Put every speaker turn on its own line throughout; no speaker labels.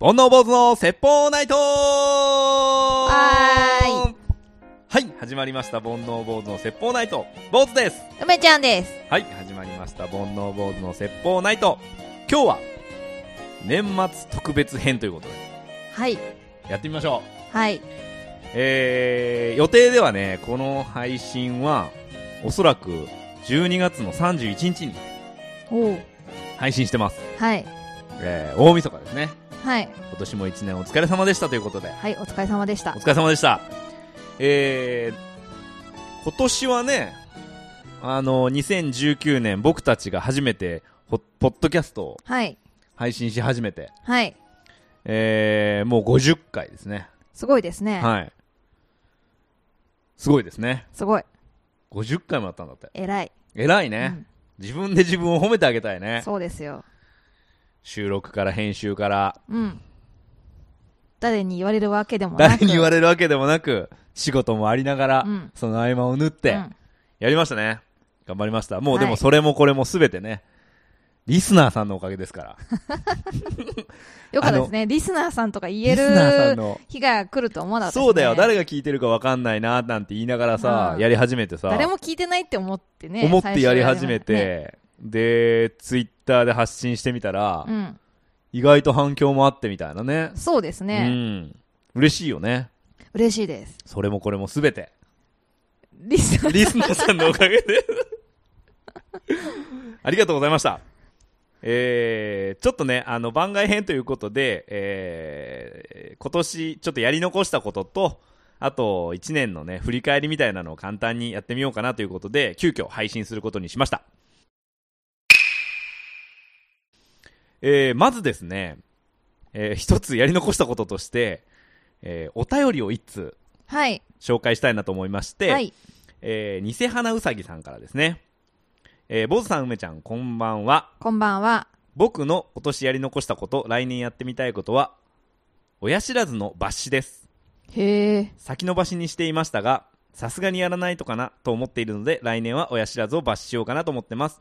煩悩坊主の説法ナイト
は
ーいはい、始まりました。煩悩坊主の説法ナイト。坊主です
梅ちゃんです。
はい、始まりました。煩悩坊主の説法ナイト。今日は、年末特別編ということで、
はい。
やってみましょう。
はい。
えー、予定ではね、この配信は、おそらく12月の31日に
お
配信してます。
はい。
えー、大晦日ですね。
はい。
今年も一年お疲れ様でしたということで、
はい。お疲れ様でした
お。疲れ様でした。えー、今年はね、あの、2019年僕たちが初めてホ、ポッドキャストを
はい。
配信し始めて、
はい。
えー、もう50回ですね。
すごいですね。
はい。すごいですね。
すごい。
50回もやったんだって。
偉い。
偉いうね。
ん
自分で自分を褒めてあげたいね。
そうですよ。
収録から編集から、
うん。誰に言われるわけでもなく。
誰に言わ
れ
れるわけでもなく、仕事もありながら、
うん
その合間を縫って、
うん
やりましたね。頑張りました。もう
はい
でもそれもこれもすべてね、リスナーさんのおかげですから。
よかったですね。リスナーさんとか言え
リスナーさん
る
の。
日が来ると思わなかったですね。
そうだよ、誰が聞いてるかわかんないな、なんて言いながらさ、
うん
やり始めてさ、
誰も聞いてないって思ってね。
思ってやり始め
最初はね。
て、で、ツイッターで発信してみたら、
うん。
意外と反響もあってみたいなね。
そうです
う
ね。
ん。嬉しいよね。
嬉しいです。
それもこれもすべて。
リスナー、
リスナーさんのおかげ で。ありがとうございました。えー、ちょっとね、あの、番外編ということで、えー、今年ちょっとやり残したことと、あと、1年のね、振り返りみたいなのを簡単にやってみようかなということで、急遽配信することにしました。えー、まずですね、えー、一つやり残したこととして、えー、お便りを一通
はい。
紹介したいなと思いまして、
はい。
えー、偽花うさぎさんからですね。えー、坊主さん、梅ちゃん、こんばんは。
こんばんは。
僕の今年やり残したこと、来年やってみたいことは、親知らずの抜歯です。
へえ。
先延ばしにしていましたが、さすがにやらないとかなと思っているので、来年は親知らずを抜歯しようかなと思ってます。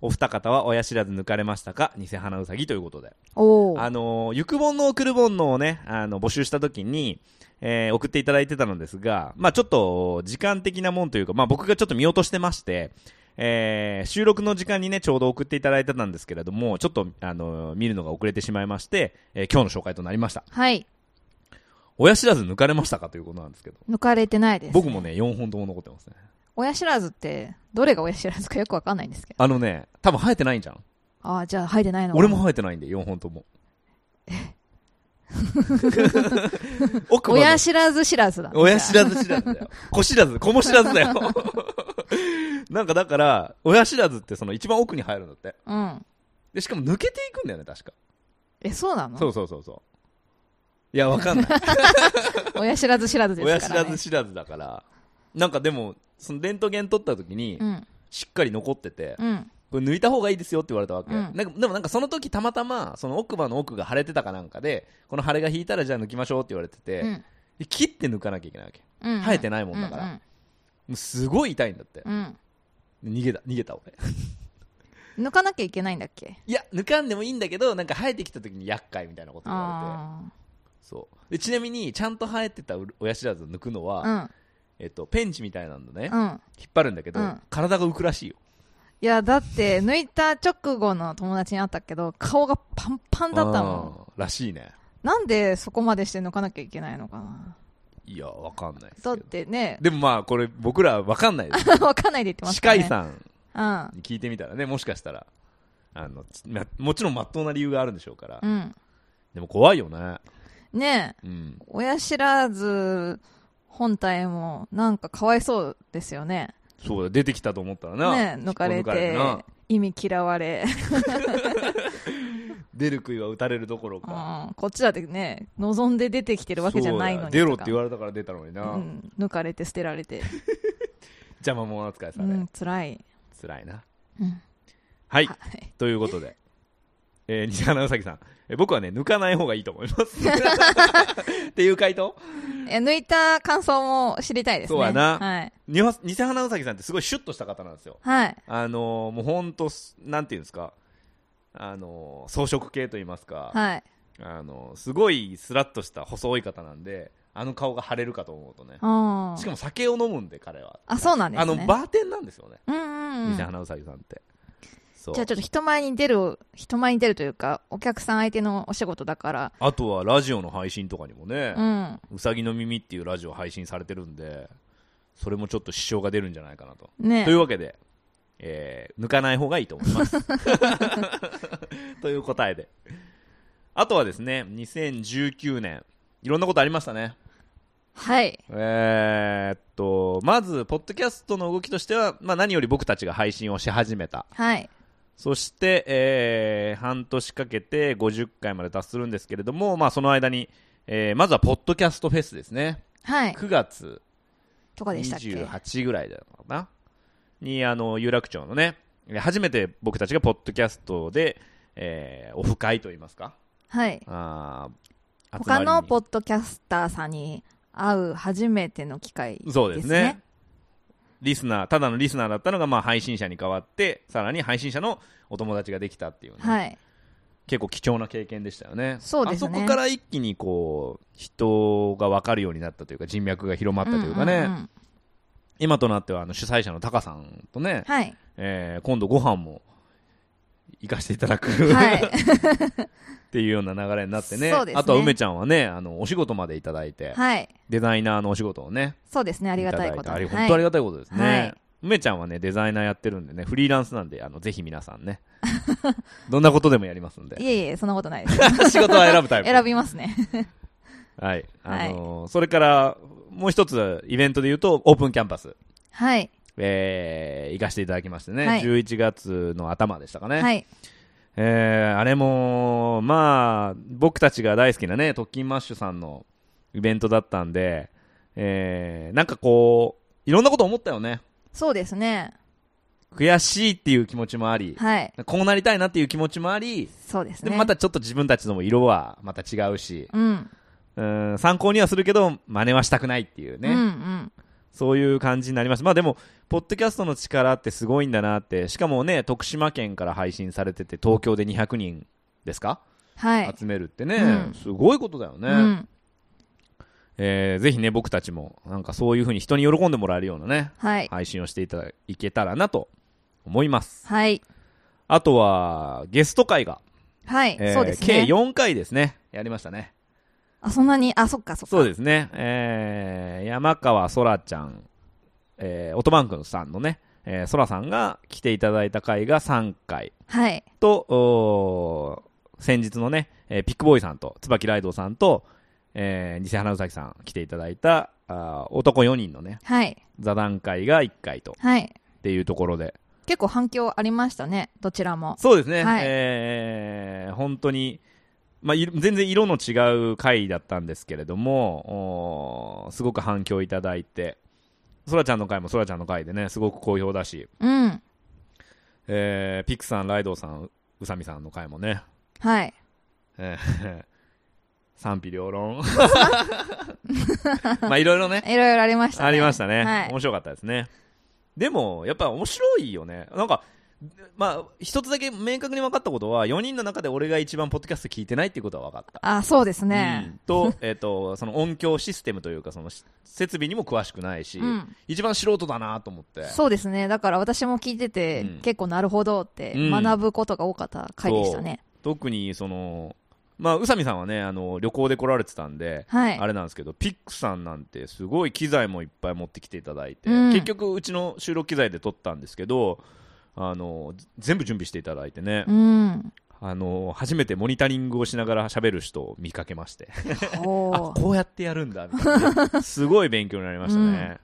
お二方は親知らず抜かれましたか偽花うさぎということで。
おお。
あのー、ゆくぼんの送るぼんのをね、あの、募集した時に、えー送っていただいてたのですが、まあちょっと、時間的なもんというか、まあ僕がちょっと見落としてまして、えー収録の時間にね、ちょうど送っていただいてたんですけれども、ちょっと、あのー見るのが遅れてしまいまして、えー今日の紹介となりました。
はい。
親知らず抜かれましたかということなんですけど、
抜かれてないです。
僕もね、4本とも残ってますね。
親知らずって、どれが親知らずかよくわかんないんですけど。
あのね、多分生えてないんじゃん。
ああ、じゃあ生えてないのか
俺も。生えてないんで、4本と も。奥まで
親知らず知らずだ。
親知
ら
らず知らずだ よ。子知らず、子も知らずだよ。 なんかだから、親知らずってその一番奥に入るんだって。
うん。
で、しかも抜けていくんだよね、確か。
え、そうなの
そうそうそうそう。いや、わかんない。
親知らず知らずですから、
親
ね。
知らず知らずだから。なんかでも、そのレントゲン取った時に
う、ん。
しっかり残ってて、
うん。
これ抜いた方がいいですよって言われたわけ。
うん
なんかでもなんかその時たまたま、その奥歯の奥が腫れてたかなんかで、この腫れが引いたらじゃあ抜きましょうって言われてて、
うん。
で切って抜かなきゃいけないわけ。
うん。
生えてないもんだから
うん。
もうすごい痛いんだって。
うん
逃げた、逃げた俺。
うん抜かなきゃいけないんだっけ
いや、抜かんでもいいんだけど、なんか生えてきた時に厄介みたいなこと言われて。
あ
そう。で、ちなみに、ちゃんと生えてたう親知らずを抜くの
あ
は、
ー。
えっと、ペンチみたいなのね、
うん。うん。
引っ張るんだけど、
うん
体が浮くらしいよ。
いや、だって、抜いた直後の友達に会ったけど、顔がパンパンだったもん。
あーらしいね。
なんでそこまでして抜かなきゃいけないのかない
や、わかんないです
だっ
けど。
てね、
でもまあ、これ、僕らわかんないです。
わかんないで言ってま
歯
すから
科
ね。
医さん
ん。
に聞いてみたらね、もしかしたら、あの、つまもちろん真っ当な理由があるんでしょうから、
うん。
でも怖いよね。
うん。ねえ。
うん。
親知らず本体もなんかかわいそうですよね。
そうだ、出てきたと思ったらな。
ね抜かれ
引っこ抜
て
な、
意味嫌われ、
出る杭は打たれるどころ
う
か。
ん、こっちだってね、望んで出てきてるわけじゃないのに
そう
とか。
だよ出ろって言われたから出たのにな、
うん、抜かれて捨てられ て、
邪魔者扱いさ
う
れ、
ん、辛い。
辛いな
うん
はい、
はい
ということでえー、西原うさぎさんえ僕はね抜かない方がいいと思いますっていう回答
え抜いた感想も知りたいですね。
そうやな
はい。
にわ西原うさぎさんってすごいシュッとした方なんですよ
はい。
あのーもうほんとすなんていうんですかあのー装飾系といいますか、
はい。
あのすごいスラッとした細い方なんであの顔が腫れるかと思うとね
あ
しかも酒を飲むんで彼は、
あそうなんです
あ
ね
のバーテンなんですよね
うんうんうん
店
じ
花うさぎさんってそう
ゃあちょっと人前に出る人前に出るというかお客さん相手のお仕事だから
あとはラジオの配信とかにもね
う、ん
うさぎの耳っていうラジオ配信されてるんで、それもちょっと支障が出るんじゃないかなと。
ね
というわけで、えー抜かない方がいいと思い ます。という答えで。あとはですね、2019年、いろんなことありましたね。
はい
えーっと、まず、ポッドキャストの動きとしては、まあ何より僕たちが配信をし始めた。
はい
そして、えー半年かけて50回まで達するんですけれども、まあ、その間に、えーまずはポッドキャストフェスですね、
はい
9月
とかでしたっけ
28ぐらいだったかな、にあの有楽町のね、初めて僕たちがポッドキャストで、えーオフ会といいますか、
はい
あー
他のポ
ッ
ッドキャスターさんに会う初めての機会ですね
そうですね。リスナーただのリスナーだったのが、まあ、配信者に代わってさらに配信者のお友達ができたっていうね、
はい
結構貴重な経験でしたよね。
そうですね
あそこから一気にこう、人が分かるようになったというか、人脈が広まったというかね、
んんん
今となってはあの主催者のタカさんとね、
はい
えー今度ご飯も行かせていただく、
は
っ
い
ていうような流れになってね。
そうですね
あとは梅ちゃんはね、あの、お仕事までいただいて、
はい
デザイナーのお仕事をね、
そうですねありがたいこと
だて
に
あれ
は
本当あり
い
がたいことですね。
はい
梅ちゃんはね、デザイナーやってるんでね、フリーランス なんで、あの、ぜひ皆さんね、どんなことでもやりますんで。
いえいえそんなことないです
仕事は選ぶタイプ。
選びますね
はい。
は
あ
い
のーそれから、もう一つイベントで言うと、オープンキャンパス、
はい
えー、行かせていただきましてね、
はい
11月の頭でしたかね。
はい
えー、あれも、まあ、僕たちが大好きなね、特勤マッシュさんのイベントだったんで、えー、なんかこう、いろんなこと思ったよね。
そうですね
悔しいっていう気持ちもあり、
はい
こうなりたいなっていう気持ちもあり、
そうです
で
ね
もまたちょっと自分たちの色はまた違うし、
うん
うん、参考にはするけど、真似はしたくないっていうね。
うんうん
そういう感じになります。まあでも、ポッドキャストの力ってすごいんだなって、しかもね、徳島県から配信されてて、東京で200人ですか、
はい
集めるってね、
うん
すごいことだよね。
うん
えーぜひね、僕たちも、なんかそういうふうに人に喜んでもらえるようなね、
はい
配信をしていただいけたらなと思います。
はい
あとは、ゲスト会が、
はい
えー
そうです
計
ね
4回ですね、やりましたね。
あそんなにあそっかそっか
そうですね、えー山川そらちゃん、えー、オトバンクさんのね、えーそらさんが来ていただいた回が3回
はい
と、おー先日のね、えーピックボーイさんと、椿ライドウさんと、えー、偽花うさぎさん来ていただいた、あー男4人のね、
はい
座談会が1回と、
はい
っていうところで。
結構反響ありましたねどちらも
そうですね、
はい
えー本当に、まあ、い全然色の違う回だったんですけれども、おーすごく反響いただいて、そらちゃんの回もそらちゃんの回でね、すごく好評だし、
うん
えーピクさん、ライドウさん、ううさみさんの回もね、
はい
えー賛否両 論。まあ、いろいろね、
いろいろありましたね
ありましたね、
はい
面白かったですねでもやっぱ面白いよねなんかまあ一つだけ明確に分かったことは4人の中で俺が一番ポッドキャスト聞いてないっていうことは分かった
あそうですね
うん と, 、えっとその音響システムというかそのし設備にも詳しくないし、
うん
一番素人だなと思って
そうですねだから私も聞いてて、
うん
結構なるほどって
うん
学ぶことが多かった回でしたね、
特にそのまあ宇佐美さんはねあの旅行で来られてたんで、
はい
あれなんですけどピックさんなんてすごい機材もいっぱい持ってきていただいて、
うん
結局うちの収録機材で撮ったんですけどあのぜ全部準備していただいてね、
うん
あの初めてモニタリングをしながら喋る人を見かけまして
お
あ
ー
こうやってやるんだみたいなねすごい勉強になりましたね、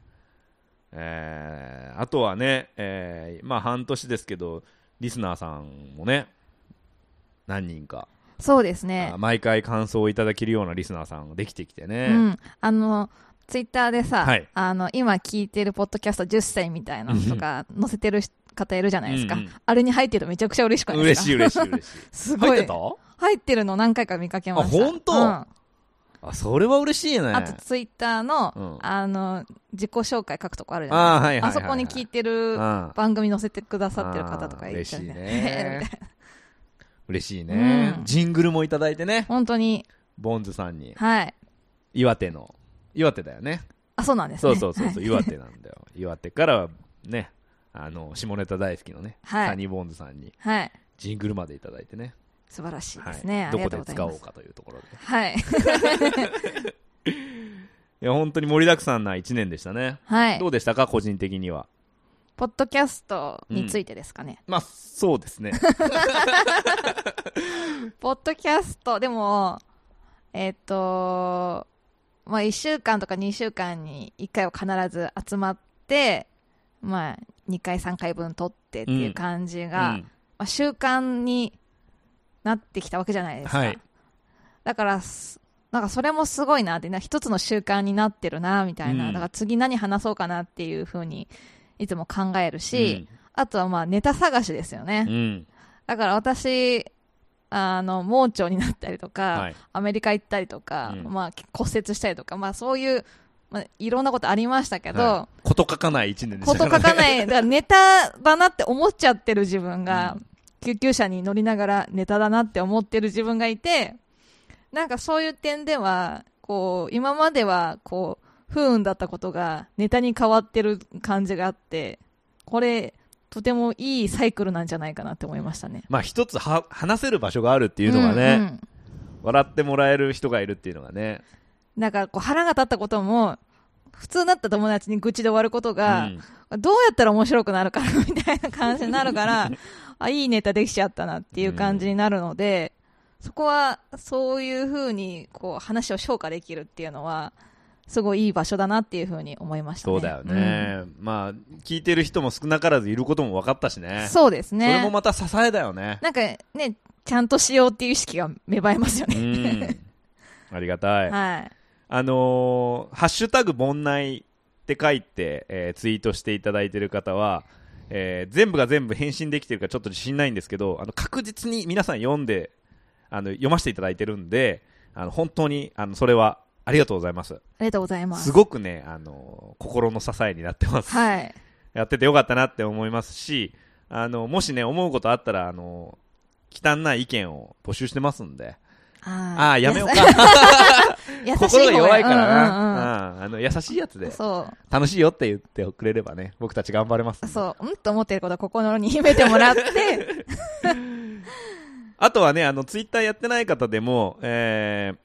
えーあとはね、えーまあ半年ですけどリスナーさんもね何人か
そうですね
あ毎回感想をいただけるようなリスナーさんができてきてね、
うん、あのツイッターでさ、
はい
あの今聞いてるポッドキャスト10歳みたいなのとか載せてる方いるじゃないですか、
うんうん
あれに入ってるとめちゃくちゃ嬉しくないで
嬉
す
し
か
い嬉しい嬉しい
すごい
入ってた
入ってるの何回か見かけました
あ本当
うん
あそれは嬉しいね
あとツイッターの,、
うん
あの自己紹介書くとこあるじゃ
あーはいはいはいは
ない
い
ですかあそこに聞いてる
あ
番組載せてくださってる方とかいるじゃ
嬉しい
ね
ね嬉しいね、
うん
ジングルもいただいてね
本当に
ボンズさんに
はい
岩手の岩手だよね
あそうなんです
そ
ね
うそうそうそう、岩手なんだよ岩手からはねあの下ネタ大好きのね、
はい
サニーボンズさんに
はい、はい、
ジングルまでいただいてね
素晴らしいですね、
はい、
あ
ど
り
こ
がとう
で使
ございま
おう
す
かというところで
はい
いや本当に盛りだくさんな1年でしたね、
はい
どうでしたか個人的には
ポッドキャストについてですかね、
まあそうですね
ポッドキャストでもえっ、とまあ1週間とか2週間に1回は必ず集まってまあ2回3回分撮ってっていう感じ が、
うん
まあ、習慣になってきたわけじゃないですか、
はい
だからすなんかそれもすごいなってな一つの習慣になってるなみたいな、
うん
だから次何話そうかなっていうふうにいつも考えるし、
う
あとはまあネタ探しですよね、
んうん
だから私あの盲腸になったりとか、
はい
アメリカ行ったりとか、
うん
まあ、骨折したりとか、まあ、そういう、まあ、いろんなことありましたけど、
はいこと書かない1年で
こ
し
と
た
書
から、ね、
かない、だからネタだなって思っちゃってる自分が、
う
救急車に乗りながらネタだなって思ってる自分がいて、なんかそういう点では、こう、今までは、こう、不運だったことがネタに変わってる感じがあって、これ、とてもいいサイクルなんじゃないかなって思いましたね。
まあ一つは話せる場所があるっていうのがね、
うんうん
笑ってもらえる人がいるっていうのがね
なんかこう腹が立ったことも、普通だった友達に愚痴で終わることが、
うん
どうやったら面白くなるかなみたいな感じになる から、あ、いいネタできちゃったなっていう感じになるので、そこはそういうふうにこう話を消化できるっていうのは、すごいいい場所だなっていうふうに思いましたね。
そうだよね、まあ聞いてる人も少なからずいることも分かったし
うん。
ね
そうです
それも
ね。
また支えだよね
なんかね、ちゃんとしようっていう意識が芽生えますよ
う
ね。
んありがたい、
はい。
あのーハッシュタグ盆内って書いて、えーツイートしていただいてる方は、えー全部が全部返信できてるかちょっと自信ないんですけど、あの、確実に皆さん読んで、あの、読ませていただいてるんで、あの、本当に、あの、それは、ありがとうございます。
ありがとうございます。
すごくね、あのー心の支えになってます。
はい。
やっててよかったなって思いますし、あの、もしね、思うことあったら、あの汚い意見を募集してますんで。あ
あ
あー、やめよう
か。
か。
優しい方
心が弱いから
うんうんうん
な。うんあの、優しいやつで。
そう。
楽しいよって言ってくれればね、僕たち頑張れますんで。
そう、うんと思ってることを心に秘めても らって、
あとはね、あの、ツイッターやってない方でも、えー、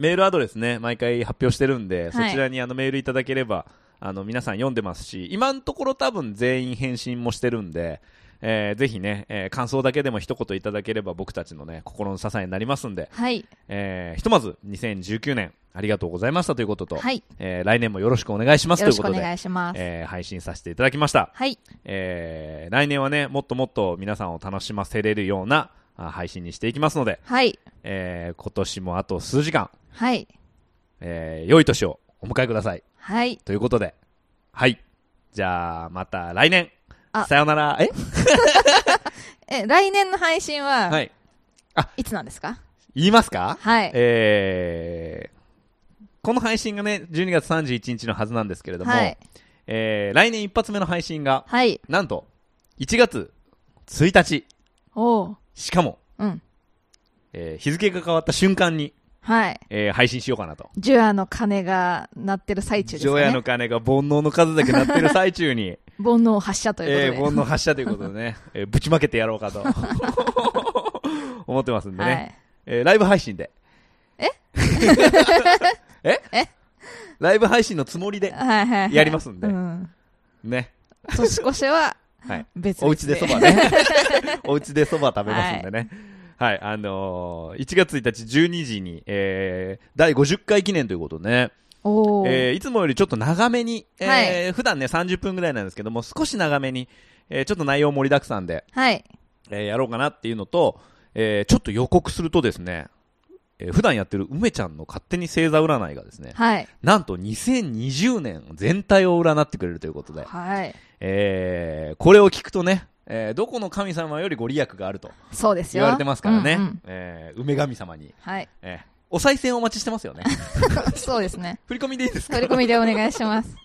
メールアドレスね、毎回発表してるんで、
はい
そちらにあのメールいただければ、あの、皆さん読んでますし、今のところ多分全員返信もしてるんで、えーぜひね、えー感想だけでも一言いただければ僕たちのね、心の支えになりますんで、
はい、
えーひとまず2019年ありがとうございましたということと、
はい、
えー来年もよろしくお願いします
よ
という
ろし
こ
くお
とで、
願いします。
えー配信させていただきました。
はい、
えー来年はね、もっともっと皆さんを楽しませれるようなあ配信にしていきますので、
はい、
えー今年もあと数時間、
はい、
えー良い年をお迎えください。
はい、
ということで、はい。じゃあ、また来年
あ
さよなら。え
え、来年の配信は、、
はいい。
つなんですか
言いますか
はい、
えーこの配信がね、12月31日のはずなんですけれども、
はい、
えー来年一発目の配信が、
はい、
なんと、1月1日、
おう、
しかも、
うん、
えー日付が変わった瞬間に、
はい、
えー配信しようかなと。
ジュアの鐘が鳴ってる最中です
除夜
か
の鐘
ね。
が煩悩の数だけ鳴ってる最 中に、
煩悩発射とい
え
う
ー
こと
煩悩発射ということでね、えーぶちまけてやろう かと思ってますん
で。
で
は
ね、
い、
えーライブ配信で。 ええライブ配信のつもりで
はい、はいはい。
やりますんで
うん。
ね、
年越しは
はい、
別
お家でそば ね、お家でそば食べますんでね。はい、あのー1月1日12時に、えー第50回記念ということでね、
おう、
えーいつもよりちょっと長めに、えー
は
普段ね30分ぐらいなんですけども少し長めに、えーちょっと内容盛りだくさんで、
はい、
えーやろうかなっていうのと、えーちょっと予告するとですね、えー普段やってる梅ちゃんの勝手に星座占いがですね
はい、
なんと2020年全体を占ってくれるということで、
はい、
えーこれを聞くとね、えーどこの神様よりご利益があると
そうですよ。
言われてますからね、
うんうん
えー梅神様に、
はい、
えーお賽銭お待ちしてます よね
そうですね。
振り込みでいいですか
取り込みでお願い します。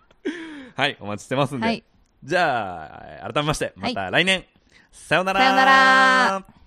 はいお待ちしてますんで、
はい。
じゃあ、改めまして、また来年、さよなら
さよなら